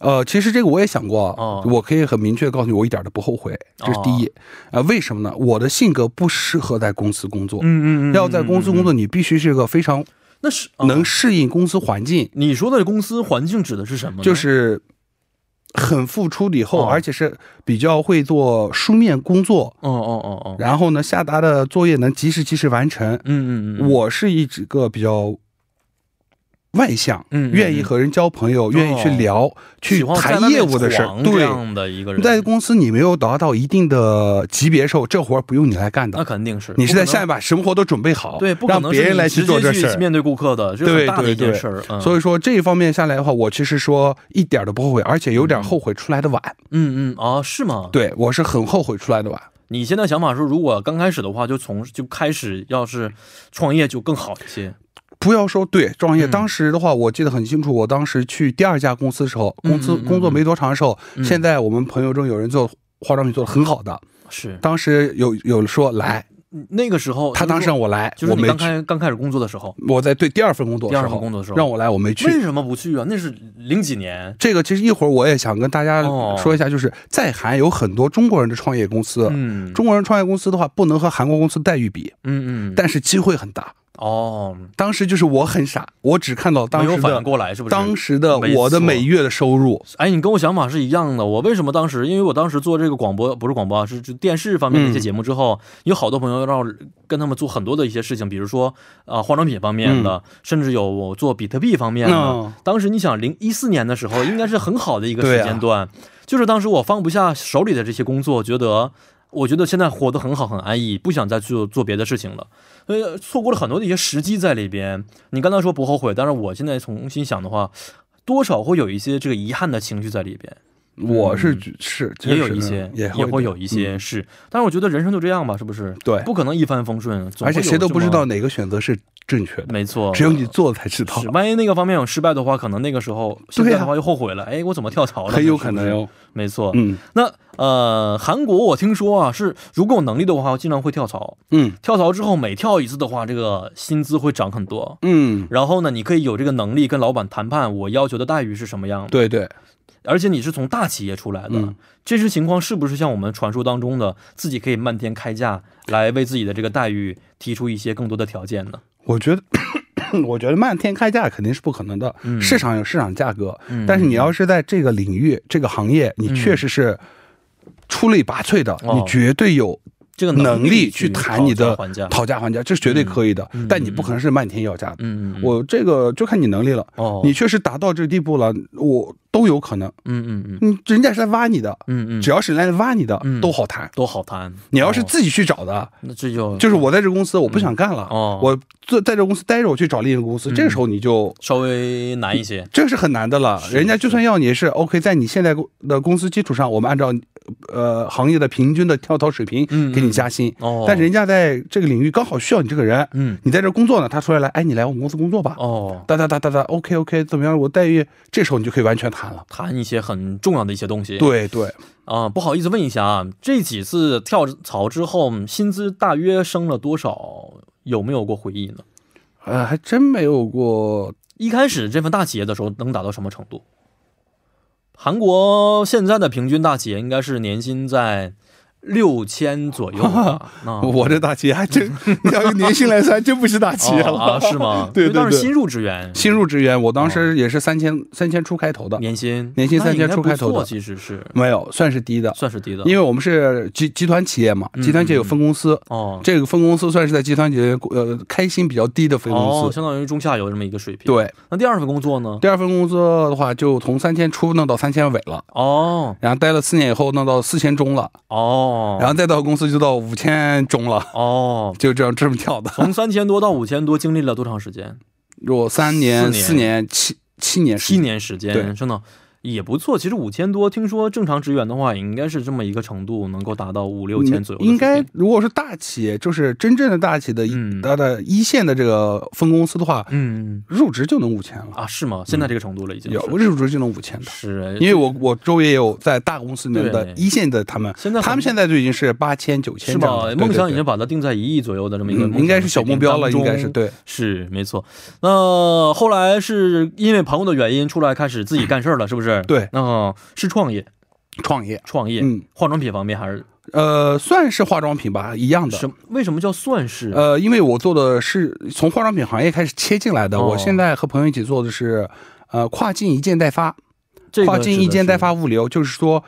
[SPEAKER 2] 呃，其实这个我也想过，
[SPEAKER 1] 哦
[SPEAKER 2] 我可以很明确地告诉你，我一点都不后悔，这是第一。啊，为什么呢？我的性格不适合在公司工作。
[SPEAKER 1] 嗯
[SPEAKER 2] 要在公司工，作，你必须是个非常
[SPEAKER 1] 那是、啊
[SPEAKER 2] 能适应公司环境，
[SPEAKER 1] 你说的公司环境指的是什么呢？
[SPEAKER 2] 就是很付出以后，
[SPEAKER 1] 哦
[SPEAKER 2] 而且是比较会做书面工作，
[SPEAKER 1] 哦哦哦哦，
[SPEAKER 2] 然后呢，下达的作业能及时及时完成。
[SPEAKER 1] 嗯嗯嗯，
[SPEAKER 2] 我是一直个比较外向，
[SPEAKER 1] 嗯嗯哦
[SPEAKER 2] 愿意和人交朋友，愿意去聊、去
[SPEAKER 1] 喜欢在外
[SPEAKER 2] 谈
[SPEAKER 1] 面
[SPEAKER 2] 业务的事儿
[SPEAKER 1] 闯。这
[SPEAKER 2] 对，
[SPEAKER 1] 样的一个人，
[SPEAKER 2] 在公司你没有达到一定的级别的时候，这活儿不用你来干
[SPEAKER 1] 那
[SPEAKER 2] 的，
[SPEAKER 1] 肯定是
[SPEAKER 2] 你是在下
[SPEAKER 1] 一
[SPEAKER 2] 一把什么活都准备好，
[SPEAKER 1] 对，不可
[SPEAKER 2] 让
[SPEAKER 1] 能
[SPEAKER 2] 别
[SPEAKER 1] 是
[SPEAKER 2] 人
[SPEAKER 1] 你
[SPEAKER 2] 来
[SPEAKER 1] 直
[SPEAKER 2] 去
[SPEAKER 1] 接
[SPEAKER 2] 做这事儿。
[SPEAKER 1] 面对顾客的，这是很
[SPEAKER 2] 对
[SPEAKER 1] 大的
[SPEAKER 2] 对
[SPEAKER 1] 一件
[SPEAKER 2] 对
[SPEAKER 1] 事儿。嗯
[SPEAKER 2] 所以说这方面下来的话，我其实说一点都不后悔，而且有点后悔出来的晚。
[SPEAKER 1] 嗯嗯啊，是吗？
[SPEAKER 2] 对我是很后悔出来的晚。
[SPEAKER 1] 你现在想法是，如果刚开始的话，就从就开始，要是创业就更好一些。
[SPEAKER 2] 不要说对创业，
[SPEAKER 1] 嗯
[SPEAKER 2] 当时的话我记得很清楚，我当时去第二家公司的时候，
[SPEAKER 1] 嗯
[SPEAKER 2] 公司
[SPEAKER 1] 嗯嗯
[SPEAKER 2] 工作没多长的时候，
[SPEAKER 1] 嗯
[SPEAKER 2] 现在我们朋友中有人做化妆品做的很好的，
[SPEAKER 1] 是
[SPEAKER 2] 当时有有说来，
[SPEAKER 1] 那个时候，
[SPEAKER 2] 他当时让我来，
[SPEAKER 1] 就是哎
[SPEAKER 2] 我
[SPEAKER 1] 你
[SPEAKER 2] 没
[SPEAKER 1] 刚
[SPEAKER 2] 去。
[SPEAKER 1] 开刚开始工作的时候，
[SPEAKER 2] 我在对第二份工作的
[SPEAKER 1] 第
[SPEAKER 2] 时
[SPEAKER 1] 二
[SPEAKER 2] 候，
[SPEAKER 1] 份工作的时候
[SPEAKER 2] 让我来，我没去。
[SPEAKER 1] 为什么不去啊？那是零几年，
[SPEAKER 2] 这个其实一会儿我也想跟大家
[SPEAKER 1] 哦
[SPEAKER 2] 说一下，就是在韩有很多中国人的创业公司，
[SPEAKER 1] 嗯
[SPEAKER 2] 中国人创业公司的话不能和韩国公司待遇比，
[SPEAKER 1] 嗯嗯，
[SPEAKER 2] 但是机会很大。
[SPEAKER 1] 哦，
[SPEAKER 2] 当时就是我很傻，我只看到
[SPEAKER 1] 没
[SPEAKER 2] 当
[SPEAKER 1] 有
[SPEAKER 2] 时
[SPEAKER 1] 反应
[SPEAKER 2] 的
[SPEAKER 1] 过来是不是？
[SPEAKER 2] 当时的
[SPEAKER 1] 没
[SPEAKER 2] 我的
[SPEAKER 1] 错
[SPEAKER 2] 每月的收入，
[SPEAKER 1] 哎，你跟我想法是一样的。我为什么当时，因为我当时做这个广播，不是广播啊，是就电视方面的一些节目之后，有好多朋友让我跟他们做很多的一些事情，比如说啊、呃化妆品方面的，甚至有我做比特币方面的。
[SPEAKER 2] 嗯
[SPEAKER 1] 当时你想，零一四年的时候，应该是很好的一个时间
[SPEAKER 2] 啊
[SPEAKER 1] 段，就是当时我放不下手里的这些工作，觉得。我觉得现在活得很好，很安逸，不想再去做别的事情了，所以错过了很多的一些时机在里边。你刚才说不后悔，但是我现在重新想的话，多少会有一些这个遗憾的情绪在里边，
[SPEAKER 2] 我是觉是
[SPEAKER 1] 嗯也有
[SPEAKER 2] 确实
[SPEAKER 1] 一些，
[SPEAKER 2] 也
[SPEAKER 1] 也会有一
[SPEAKER 2] 嗯
[SPEAKER 1] 些是。但是我觉得人生就这样吧，是不是？
[SPEAKER 2] 对
[SPEAKER 1] 不可能一帆风顺，总
[SPEAKER 2] 而且
[SPEAKER 1] 会有
[SPEAKER 2] 谁都不知道
[SPEAKER 1] 这么，
[SPEAKER 2] 哪个选择是正确的，
[SPEAKER 1] 没错，
[SPEAKER 2] 只有你做了才知道
[SPEAKER 1] 是。，万一那个方面有失败的话，可能那个时候现在的话又后悔了，哎，我怎么跳槽了？
[SPEAKER 2] 很有可能
[SPEAKER 1] 是不是
[SPEAKER 2] 哟。
[SPEAKER 1] 没错。
[SPEAKER 2] 嗯
[SPEAKER 1] 那呃，韩国我听说啊，是如果有能力的话，我经常会跳槽。
[SPEAKER 2] 嗯
[SPEAKER 1] 跳槽之后每跳一次的话，这个薪资会涨很多。
[SPEAKER 2] 嗯，
[SPEAKER 1] 然后呢，你可以有这个能力跟老板谈判，我要求的待遇是什么样的。
[SPEAKER 2] 对对，
[SPEAKER 1] 而且你是从大企业出来的，
[SPEAKER 2] 嗯
[SPEAKER 1] 这些情况是不是像我们传说当中的，自己可以漫天开价来为自己的这个待遇提出一些更多的条件呢？
[SPEAKER 2] 我觉得。 我觉得漫天开价肯定是不可能的，
[SPEAKER 1] 嗯
[SPEAKER 2] 市场有市场价格，
[SPEAKER 1] 嗯
[SPEAKER 2] 但是你要是在这个领域、这个行业，你确实是出类拔萃的，
[SPEAKER 1] 哦
[SPEAKER 2] 你绝对有
[SPEAKER 1] 这个
[SPEAKER 2] 能力去
[SPEAKER 1] 去
[SPEAKER 2] 谈你的
[SPEAKER 1] 讨还价。
[SPEAKER 2] 讨价还价，这是绝对可以的。
[SPEAKER 1] 嗯嗯
[SPEAKER 2] 但你不可能是漫天要价的。
[SPEAKER 1] 嗯，嗯嗯
[SPEAKER 2] 我这个就看你能力了。
[SPEAKER 1] 哦，
[SPEAKER 2] 你确实达到这个地步了，我都有可能。
[SPEAKER 1] 嗯嗯嗯
[SPEAKER 2] 嗯，人家是来挖你的，
[SPEAKER 1] 嗯嗯，
[SPEAKER 2] 只要是人来挖你的，
[SPEAKER 1] 嗯
[SPEAKER 2] 都好谈。
[SPEAKER 1] 多好谈。
[SPEAKER 2] 你要是
[SPEAKER 1] 哦
[SPEAKER 2] 自己去找的，
[SPEAKER 1] 那这就
[SPEAKER 2] 就是我在这公司我不想干了，
[SPEAKER 1] 哦嗯
[SPEAKER 2] 我在在这公司待着，我去找另一个公司，这个时候你就。
[SPEAKER 1] 稍微难一些。
[SPEAKER 2] 这个是很难的了，
[SPEAKER 1] 是
[SPEAKER 2] 人家就算要你也是 OK，在你现在的公司基础上，我们按照呃行业的平均的跳槽水平
[SPEAKER 1] 嗯嗯
[SPEAKER 2] 给你加薪，
[SPEAKER 1] 哦，
[SPEAKER 2] 但人家在这个领域刚好需要你这个人，
[SPEAKER 1] 嗯
[SPEAKER 2] 你在这工作呢，他说来来，哎，你来我们公司工作吧，
[SPEAKER 1] 哦，
[SPEAKER 2] 哒哒哒哒哒，OK OK，怎么样？我待遇，这时候你就可以完全谈了。
[SPEAKER 1] 谈一些很重要的一些东西。
[SPEAKER 2] 对对，
[SPEAKER 1] 啊、不好意思问一下啊，这几次跳槽之后，薪资大约升了多少？有没有过回忆呢？
[SPEAKER 2] 呃，还真没有过，
[SPEAKER 1] 一开始这份大企业的时候，能达到什么程度？韩国现在的平均大企业应该是年薪在六千左右 吧。啊，
[SPEAKER 2] 我这大企业还 真，你要用年薪来算，还真不是大企业了，？
[SPEAKER 1] 哦啊，是吗
[SPEAKER 2] 对
[SPEAKER 1] 因
[SPEAKER 2] 对对
[SPEAKER 1] 为当时新哦入职员，
[SPEAKER 2] 新入职员，我当时也是三千三千出开头的，
[SPEAKER 1] 年薪
[SPEAKER 2] 年薪
[SPEAKER 1] 那应该
[SPEAKER 2] 3000出开头的
[SPEAKER 1] 不错其实是
[SPEAKER 2] 没有，算是低的，
[SPEAKER 1] 算是低的。
[SPEAKER 2] 因为我们是集集团企业嘛，
[SPEAKER 1] 嗯
[SPEAKER 2] 集团企业有分公司，
[SPEAKER 1] 哦
[SPEAKER 2] 这个分公司算是在集团企业呃开薪比较低的分
[SPEAKER 1] 哦，
[SPEAKER 2] 公司。
[SPEAKER 1] 相当于中下游这么一个水平。，
[SPEAKER 2] 对，
[SPEAKER 1] 那第二份工作呢？
[SPEAKER 2] 第二份工作的话，就从三千出弄到三千尾了，
[SPEAKER 1] 哦
[SPEAKER 2] 然后待了四年以后弄到四千中了，
[SPEAKER 1] 哦，
[SPEAKER 2] 然后再到公司就到五千中了，
[SPEAKER 1] 哦，
[SPEAKER 2] 就这样这么跳的。
[SPEAKER 1] 从三千多到五千多，经历了多长时间？
[SPEAKER 2] 我三年、
[SPEAKER 1] 四
[SPEAKER 2] 四年、七七年、
[SPEAKER 1] 七，年时
[SPEAKER 2] 嗯对
[SPEAKER 1] 间，真的也不错。其实五千多，听说正常职员的话，也应该是这么一个程度，能够达到五六千左右的水平。
[SPEAKER 2] 嗯应该如果是大企业，就是真正的大企业的一
[SPEAKER 1] 嗯
[SPEAKER 2] 它的一线的这个分公司的话，
[SPEAKER 1] 嗯
[SPEAKER 2] 入职就能五千了，
[SPEAKER 1] 啊，是吗？现在这个程度了，已经
[SPEAKER 2] 有
[SPEAKER 1] 是
[SPEAKER 2] 入职就能五千的。
[SPEAKER 1] 是，
[SPEAKER 2] 因为我我周围也有在大公司里面的
[SPEAKER 1] 对
[SPEAKER 2] 一线的，他们
[SPEAKER 1] 现在很
[SPEAKER 2] 他们现在就已经是八千九千
[SPEAKER 1] 是
[SPEAKER 2] 这样
[SPEAKER 1] 吧
[SPEAKER 2] 的，？
[SPEAKER 1] 梦想已
[SPEAKER 2] 对对
[SPEAKER 1] 经把它定在一亿左右的这么一
[SPEAKER 2] 对
[SPEAKER 1] 个梦
[SPEAKER 2] 嗯
[SPEAKER 1] 想
[SPEAKER 2] 应该是小目标
[SPEAKER 1] 水
[SPEAKER 2] 了，
[SPEAKER 1] 平
[SPEAKER 2] 应
[SPEAKER 1] 当
[SPEAKER 2] 该
[SPEAKER 1] 中
[SPEAKER 2] 是。对，
[SPEAKER 1] 是没错，那后来是因为朋友的原因出来开始自己干事儿了，是不是？
[SPEAKER 2] 对
[SPEAKER 1] 那、是创业，
[SPEAKER 2] 创业，
[SPEAKER 1] 创业，
[SPEAKER 2] 嗯，
[SPEAKER 1] 化妆品方面还是
[SPEAKER 2] 呃，算是化妆品吧，一样的。
[SPEAKER 1] 什么？为什么叫算是？
[SPEAKER 2] 呃，因为我做的是从化妆品行业开始切进来的，
[SPEAKER 1] 哦
[SPEAKER 2] 我现在和朋友一起做的是，呃，跨境一件代发，
[SPEAKER 1] 这个
[SPEAKER 2] 跨境一件代
[SPEAKER 1] 代，
[SPEAKER 2] 发物流，就是说，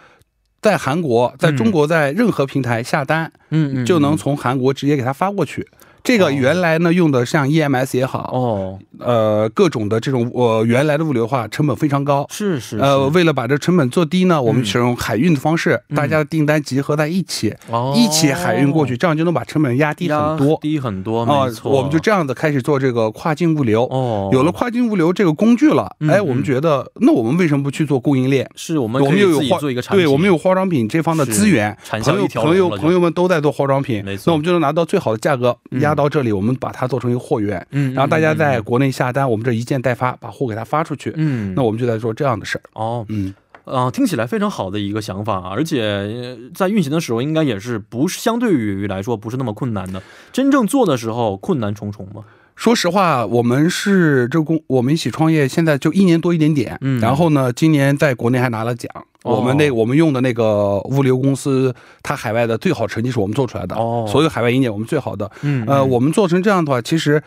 [SPEAKER 2] 在韩国，在中国，在任何平台下单，
[SPEAKER 1] 嗯嗯嗯，
[SPEAKER 2] 就能
[SPEAKER 1] 嗯
[SPEAKER 2] 从韩国直接给它发过去。这个
[SPEAKER 1] 哦
[SPEAKER 2] 原来呢用的像 EMS 也好，
[SPEAKER 1] 哦，
[SPEAKER 2] 呃，各种的这种呃原来的物流化成本非常高。
[SPEAKER 1] 是是是
[SPEAKER 2] 呃，
[SPEAKER 1] 嗯
[SPEAKER 2] 为了把这成本做低呢，我们使用海运的方式，大家的订单集合在一起，
[SPEAKER 1] 哦
[SPEAKER 2] 一起海运过去，这样就能把成本压低很多
[SPEAKER 1] 压。低很多，
[SPEAKER 2] 啊、
[SPEAKER 1] 没错，
[SPEAKER 2] 我们就这样子开始做这个跨境物流。
[SPEAKER 1] 哦，
[SPEAKER 2] 有了跨境物流这个工具了，
[SPEAKER 1] 嗯
[SPEAKER 2] 哎，我们觉得那我们为什么不去做供应链？
[SPEAKER 1] 是我们
[SPEAKER 2] 我
[SPEAKER 1] 可
[SPEAKER 2] 们
[SPEAKER 1] 以
[SPEAKER 2] 又
[SPEAKER 1] 自
[SPEAKER 2] 有
[SPEAKER 1] 己
[SPEAKER 2] 化，
[SPEAKER 1] 做一个产品，
[SPEAKER 2] 对我们有化妆品这方的
[SPEAKER 1] 是
[SPEAKER 2] 资源，
[SPEAKER 1] 产销
[SPEAKER 2] 朋友
[SPEAKER 1] 一条
[SPEAKER 2] 朋友
[SPEAKER 1] 龙了就
[SPEAKER 2] 朋友们都在做化妆品
[SPEAKER 1] 没，错嗯
[SPEAKER 2] 那我们就能拿到最好的价格压到这里，我们把它做成一个货源，
[SPEAKER 1] 嗯，嗯，
[SPEAKER 2] 然后大家
[SPEAKER 1] 嗯
[SPEAKER 2] 在国内下单，我们这一件代发，把货给它发出去。
[SPEAKER 1] 嗯，
[SPEAKER 2] 那我们就在做这样的事儿。
[SPEAKER 1] 哦
[SPEAKER 2] 嗯，
[SPEAKER 1] 啊、听起来非常好的一个想法，而且呃在运行的时候，应该也是不是相对于来说不是那么困难的。真正做的时候，困难重重嘛。
[SPEAKER 2] 说实话，我们是这公，我们一起创业，现在就一年多一点点。
[SPEAKER 1] 嗯
[SPEAKER 2] 然后呢，今年在国内还拿了奖。
[SPEAKER 1] 哦
[SPEAKER 2] 我们那我们用的那个物流公司，它海外的最好成绩是我们做出来的。
[SPEAKER 1] 哦
[SPEAKER 2] 所有海外营业我们最好的。
[SPEAKER 1] 嗯
[SPEAKER 2] 呃，我们做成这样的话，其实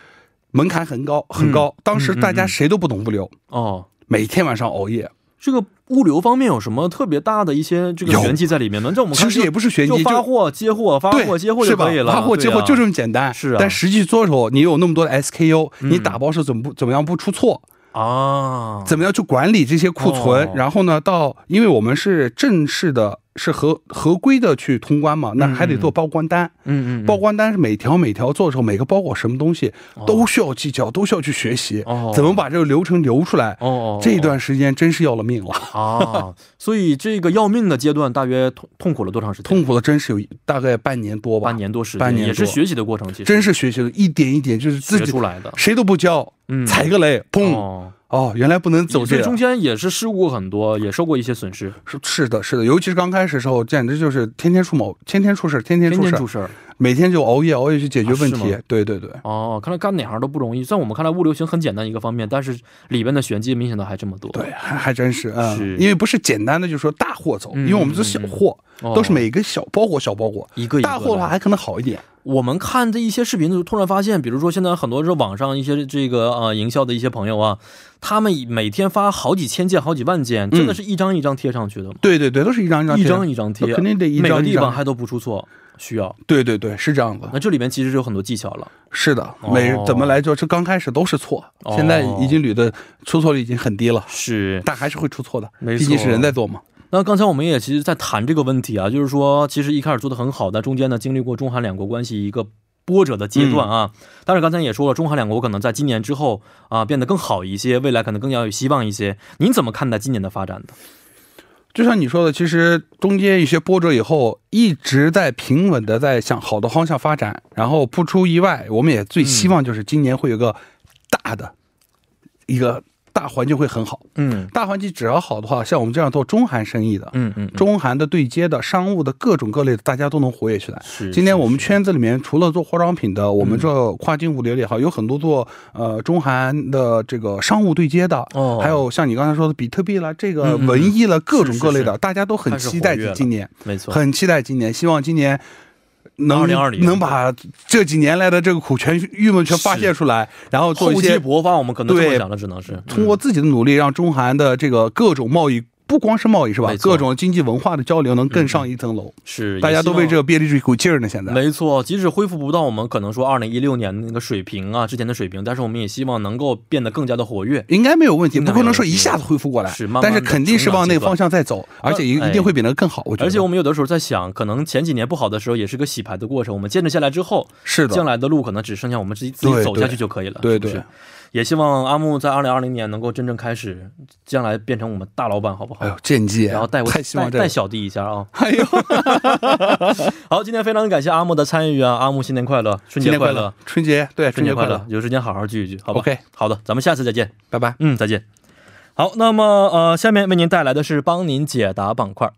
[SPEAKER 2] 门槛很高很高。
[SPEAKER 1] 嗯
[SPEAKER 2] 当时大家谁都不懂物流，
[SPEAKER 1] 哦，
[SPEAKER 2] 每天晚上熬夜，
[SPEAKER 1] 这个物流方面有什么特别大的一些这个
[SPEAKER 2] 有
[SPEAKER 1] 玄机在里面吗？这我们
[SPEAKER 2] 其
[SPEAKER 1] 看
[SPEAKER 2] 实也不是玄
[SPEAKER 1] 就
[SPEAKER 2] 机，
[SPEAKER 1] 发
[SPEAKER 2] 就
[SPEAKER 1] 货接货，发
[SPEAKER 2] 对
[SPEAKER 1] 货接货
[SPEAKER 2] 是
[SPEAKER 1] 就
[SPEAKER 2] 吧
[SPEAKER 1] 可以？了，
[SPEAKER 2] 发货接货就这么简单。
[SPEAKER 1] 是啊
[SPEAKER 2] 但实际做的时候，你有那么多的 SKU，
[SPEAKER 1] 嗯
[SPEAKER 2] 你打包是怎么不怎么样不出错？
[SPEAKER 1] 么啊，
[SPEAKER 2] 怎么样去管理这些库存？
[SPEAKER 1] 哦
[SPEAKER 2] 然后呢，到因为我们是正式的，是合合规的去通关嘛，那还得做报关单。
[SPEAKER 1] 嗯嗯嗯嗯，
[SPEAKER 2] 报关单是每条每条做的时候，每个包裹什么东西
[SPEAKER 1] 哦
[SPEAKER 2] 都需要技巧，都需要去学习，
[SPEAKER 1] 哦
[SPEAKER 2] 怎么把这个流程流出来。
[SPEAKER 1] 哦哦，
[SPEAKER 2] 这一段时间真是要了命了，
[SPEAKER 1] 啊，所以这个要命的阶段大约痛痛苦了多长时间？
[SPEAKER 2] 痛苦了，真是有一大概半年多吧，
[SPEAKER 1] 半年多时间，
[SPEAKER 2] 半年
[SPEAKER 1] 也是
[SPEAKER 2] 多
[SPEAKER 1] 学习的过程，其实
[SPEAKER 2] 真是学习了一点一点，就是自
[SPEAKER 1] 学
[SPEAKER 2] 己
[SPEAKER 1] 出来的。
[SPEAKER 2] 谁都不教，
[SPEAKER 1] 嗯，
[SPEAKER 2] 踩个雷，砰！
[SPEAKER 1] 哦，
[SPEAKER 2] 哦，原来不能走
[SPEAKER 1] 所
[SPEAKER 2] 这
[SPEAKER 1] 以中
[SPEAKER 2] 个。
[SPEAKER 1] 间也是失误过很多，也受过一些损失，
[SPEAKER 2] 是是的，是的，尤其是刚开始的时候，简直就是天天出谋，天天出事，天天
[SPEAKER 1] 天
[SPEAKER 2] 出
[SPEAKER 1] 天
[SPEAKER 2] 事
[SPEAKER 1] 出，事儿。
[SPEAKER 2] 每天就熬夜熬夜去解决问
[SPEAKER 1] 啊
[SPEAKER 2] 题。
[SPEAKER 1] 是吗
[SPEAKER 2] 对对对，
[SPEAKER 1] 哦，看来干哪行都不容易。在我们看来，物流行很简单一个方面，但是里边的玄机明显的还这么多。
[SPEAKER 2] 对，还还真是，
[SPEAKER 1] 是
[SPEAKER 2] 嗯，因为不是简单的就说大货走，
[SPEAKER 1] 嗯
[SPEAKER 2] 因为我们是小货，
[SPEAKER 1] 哦，
[SPEAKER 2] 都是每个小包裹小包裹。
[SPEAKER 1] 一个一个
[SPEAKER 2] 大货的话
[SPEAKER 1] 来
[SPEAKER 2] 还可能好一点，
[SPEAKER 1] 我们看这一些视频的时候，突然发现，比如说现在很多是网上一些这个啊、呃、营销的一些朋友啊，他们每天发好几千件、好几万件，真的是一张一张贴上去的吗？
[SPEAKER 2] 对对对，都是一张一张
[SPEAKER 1] 一
[SPEAKER 2] 贴
[SPEAKER 1] 张一张贴，
[SPEAKER 2] 嗯肯定得一
[SPEAKER 1] 每个
[SPEAKER 2] 张一嗯
[SPEAKER 1] 地方
[SPEAKER 2] 张。
[SPEAKER 1] 还都不出错，需要。
[SPEAKER 2] 对对对，是这样子。
[SPEAKER 1] 那这里面其实是有很多技巧了。
[SPEAKER 2] 是的，
[SPEAKER 1] 哦
[SPEAKER 2] 每怎么来说，这刚开始都是错，
[SPEAKER 1] 哦
[SPEAKER 2] 现在已经捋的出错率已经很低了，
[SPEAKER 1] 是，
[SPEAKER 2] 但还是会出错的，
[SPEAKER 1] 没
[SPEAKER 2] 毕
[SPEAKER 1] 错
[SPEAKER 2] 竟是人在做嘛。
[SPEAKER 1] 那刚才我们也其实，在谈这个问题啊，就是说，其实一开始做的很好，但中间呢，经历过中韩两国关系一个波折的阶段啊。
[SPEAKER 2] 嗯
[SPEAKER 1] 但是刚才也说了，中韩两国可能在今年之后啊，变得更好一些，未来可能更要有希望一些。您怎么看待今年的发展的？
[SPEAKER 2] 就像你说的，其实中间有些波折以后，一直在平稳的在向好的方向发展，然后不出意外，我们也最希望就是今年会有个大的、一个大环境会很好。
[SPEAKER 1] 嗯
[SPEAKER 2] 大环境只要好的话，像我们这样做中韩生意的，
[SPEAKER 1] 嗯嗯，
[SPEAKER 2] 中韩的对接的商务的各种各类的，大家都能活跃起来。
[SPEAKER 1] 是
[SPEAKER 2] 今天我们圈子里面，除了做化妆品的，我们这跨境物流
[SPEAKER 1] 嗯
[SPEAKER 2] 也好，有很多做呃中韩的这个商务对接的，
[SPEAKER 1] 哦
[SPEAKER 2] 还有像你刚才说的比特币啦，这
[SPEAKER 1] 嗯
[SPEAKER 2] 个
[SPEAKER 1] 嗯嗯
[SPEAKER 2] 文艺了，各种各类
[SPEAKER 1] 是
[SPEAKER 2] 的，大家都很
[SPEAKER 1] 开始
[SPEAKER 2] 期待
[SPEAKER 1] 活跃了
[SPEAKER 2] 今年，
[SPEAKER 1] 没错，
[SPEAKER 2] 很期待今年，希望今年。能
[SPEAKER 1] 2020
[SPEAKER 2] 能把这几年来的这个苦全郁闷全发泄出来，然后做
[SPEAKER 1] 厚
[SPEAKER 2] 一
[SPEAKER 1] 积
[SPEAKER 2] 些
[SPEAKER 1] 薄嗯发，我们可能这么
[SPEAKER 2] 对
[SPEAKER 1] 想的，只能是
[SPEAKER 2] 通过自己的努力，让中韩的这个各种贸易，不光是贸易是吧
[SPEAKER 1] 没？错嗯
[SPEAKER 2] 各种经济文化的交流能更上一层楼，
[SPEAKER 1] 是
[SPEAKER 2] 大家都为这
[SPEAKER 1] 个。
[SPEAKER 2] 个憋着一股劲儿呢。现在，
[SPEAKER 1] 没错，即使恢复不到我们可能说二零一六年那个水平啊，之前的水平，但是我们也希望能够变得更加的活跃。
[SPEAKER 2] 应该没有问题，
[SPEAKER 1] 应该
[SPEAKER 2] 不可能说一下子恢复过来，
[SPEAKER 1] 是慢慢地
[SPEAKER 2] 但是肯定是往那个方向在走，
[SPEAKER 1] 长
[SPEAKER 2] 而
[SPEAKER 1] 期
[SPEAKER 2] 且
[SPEAKER 1] 的
[SPEAKER 2] 一
[SPEAKER 1] 哎
[SPEAKER 2] 一定会比那个更好。我觉得，
[SPEAKER 1] 而且我们有的时候在想，可能前几年不好的时候也是个洗牌的过程。我们坚持下来之后，
[SPEAKER 2] 是的
[SPEAKER 1] 将，来的路可能只剩下我们自己自己
[SPEAKER 2] 对
[SPEAKER 1] 走下
[SPEAKER 2] 对
[SPEAKER 1] 去就可以了。
[SPEAKER 2] 对
[SPEAKER 1] 是不
[SPEAKER 2] 对
[SPEAKER 1] 是也希望阿木在二零二零年能够真正开始，将来变成我们大老板，好不好？
[SPEAKER 2] 哎呦，见机，
[SPEAKER 1] 然后带我
[SPEAKER 2] 太希望
[SPEAKER 1] 带
[SPEAKER 2] 这个
[SPEAKER 1] 带，小弟一下啊！
[SPEAKER 2] 哎呦，
[SPEAKER 1] 好，今天非常感谢阿木的参与啊！阿木新年快乐，春
[SPEAKER 2] 新
[SPEAKER 1] 节
[SPEAKER 2] 年
[SPEAKER 1] 快
[SPEAKER 2] 快
[SPEAKER 1] 乐
[SPEAKER 2] 乐，，春节对，
[SPEAKER 1] 春
[SPEAKER 2] 春节快
[SPEAKER 1] 乐
[SPEAKER 2] 乐，，
[SPEAKER 1] 有时间好好聚一聚，好吧
[SPEAKER 2] OK
[SPEAKER 1] 好的，咱们下次再见。
[SPEAKER 2] 拜拜。
[SPEAKER 1] 嗯，再见。好，那么呃，下面为您带来的是帮您解答板块。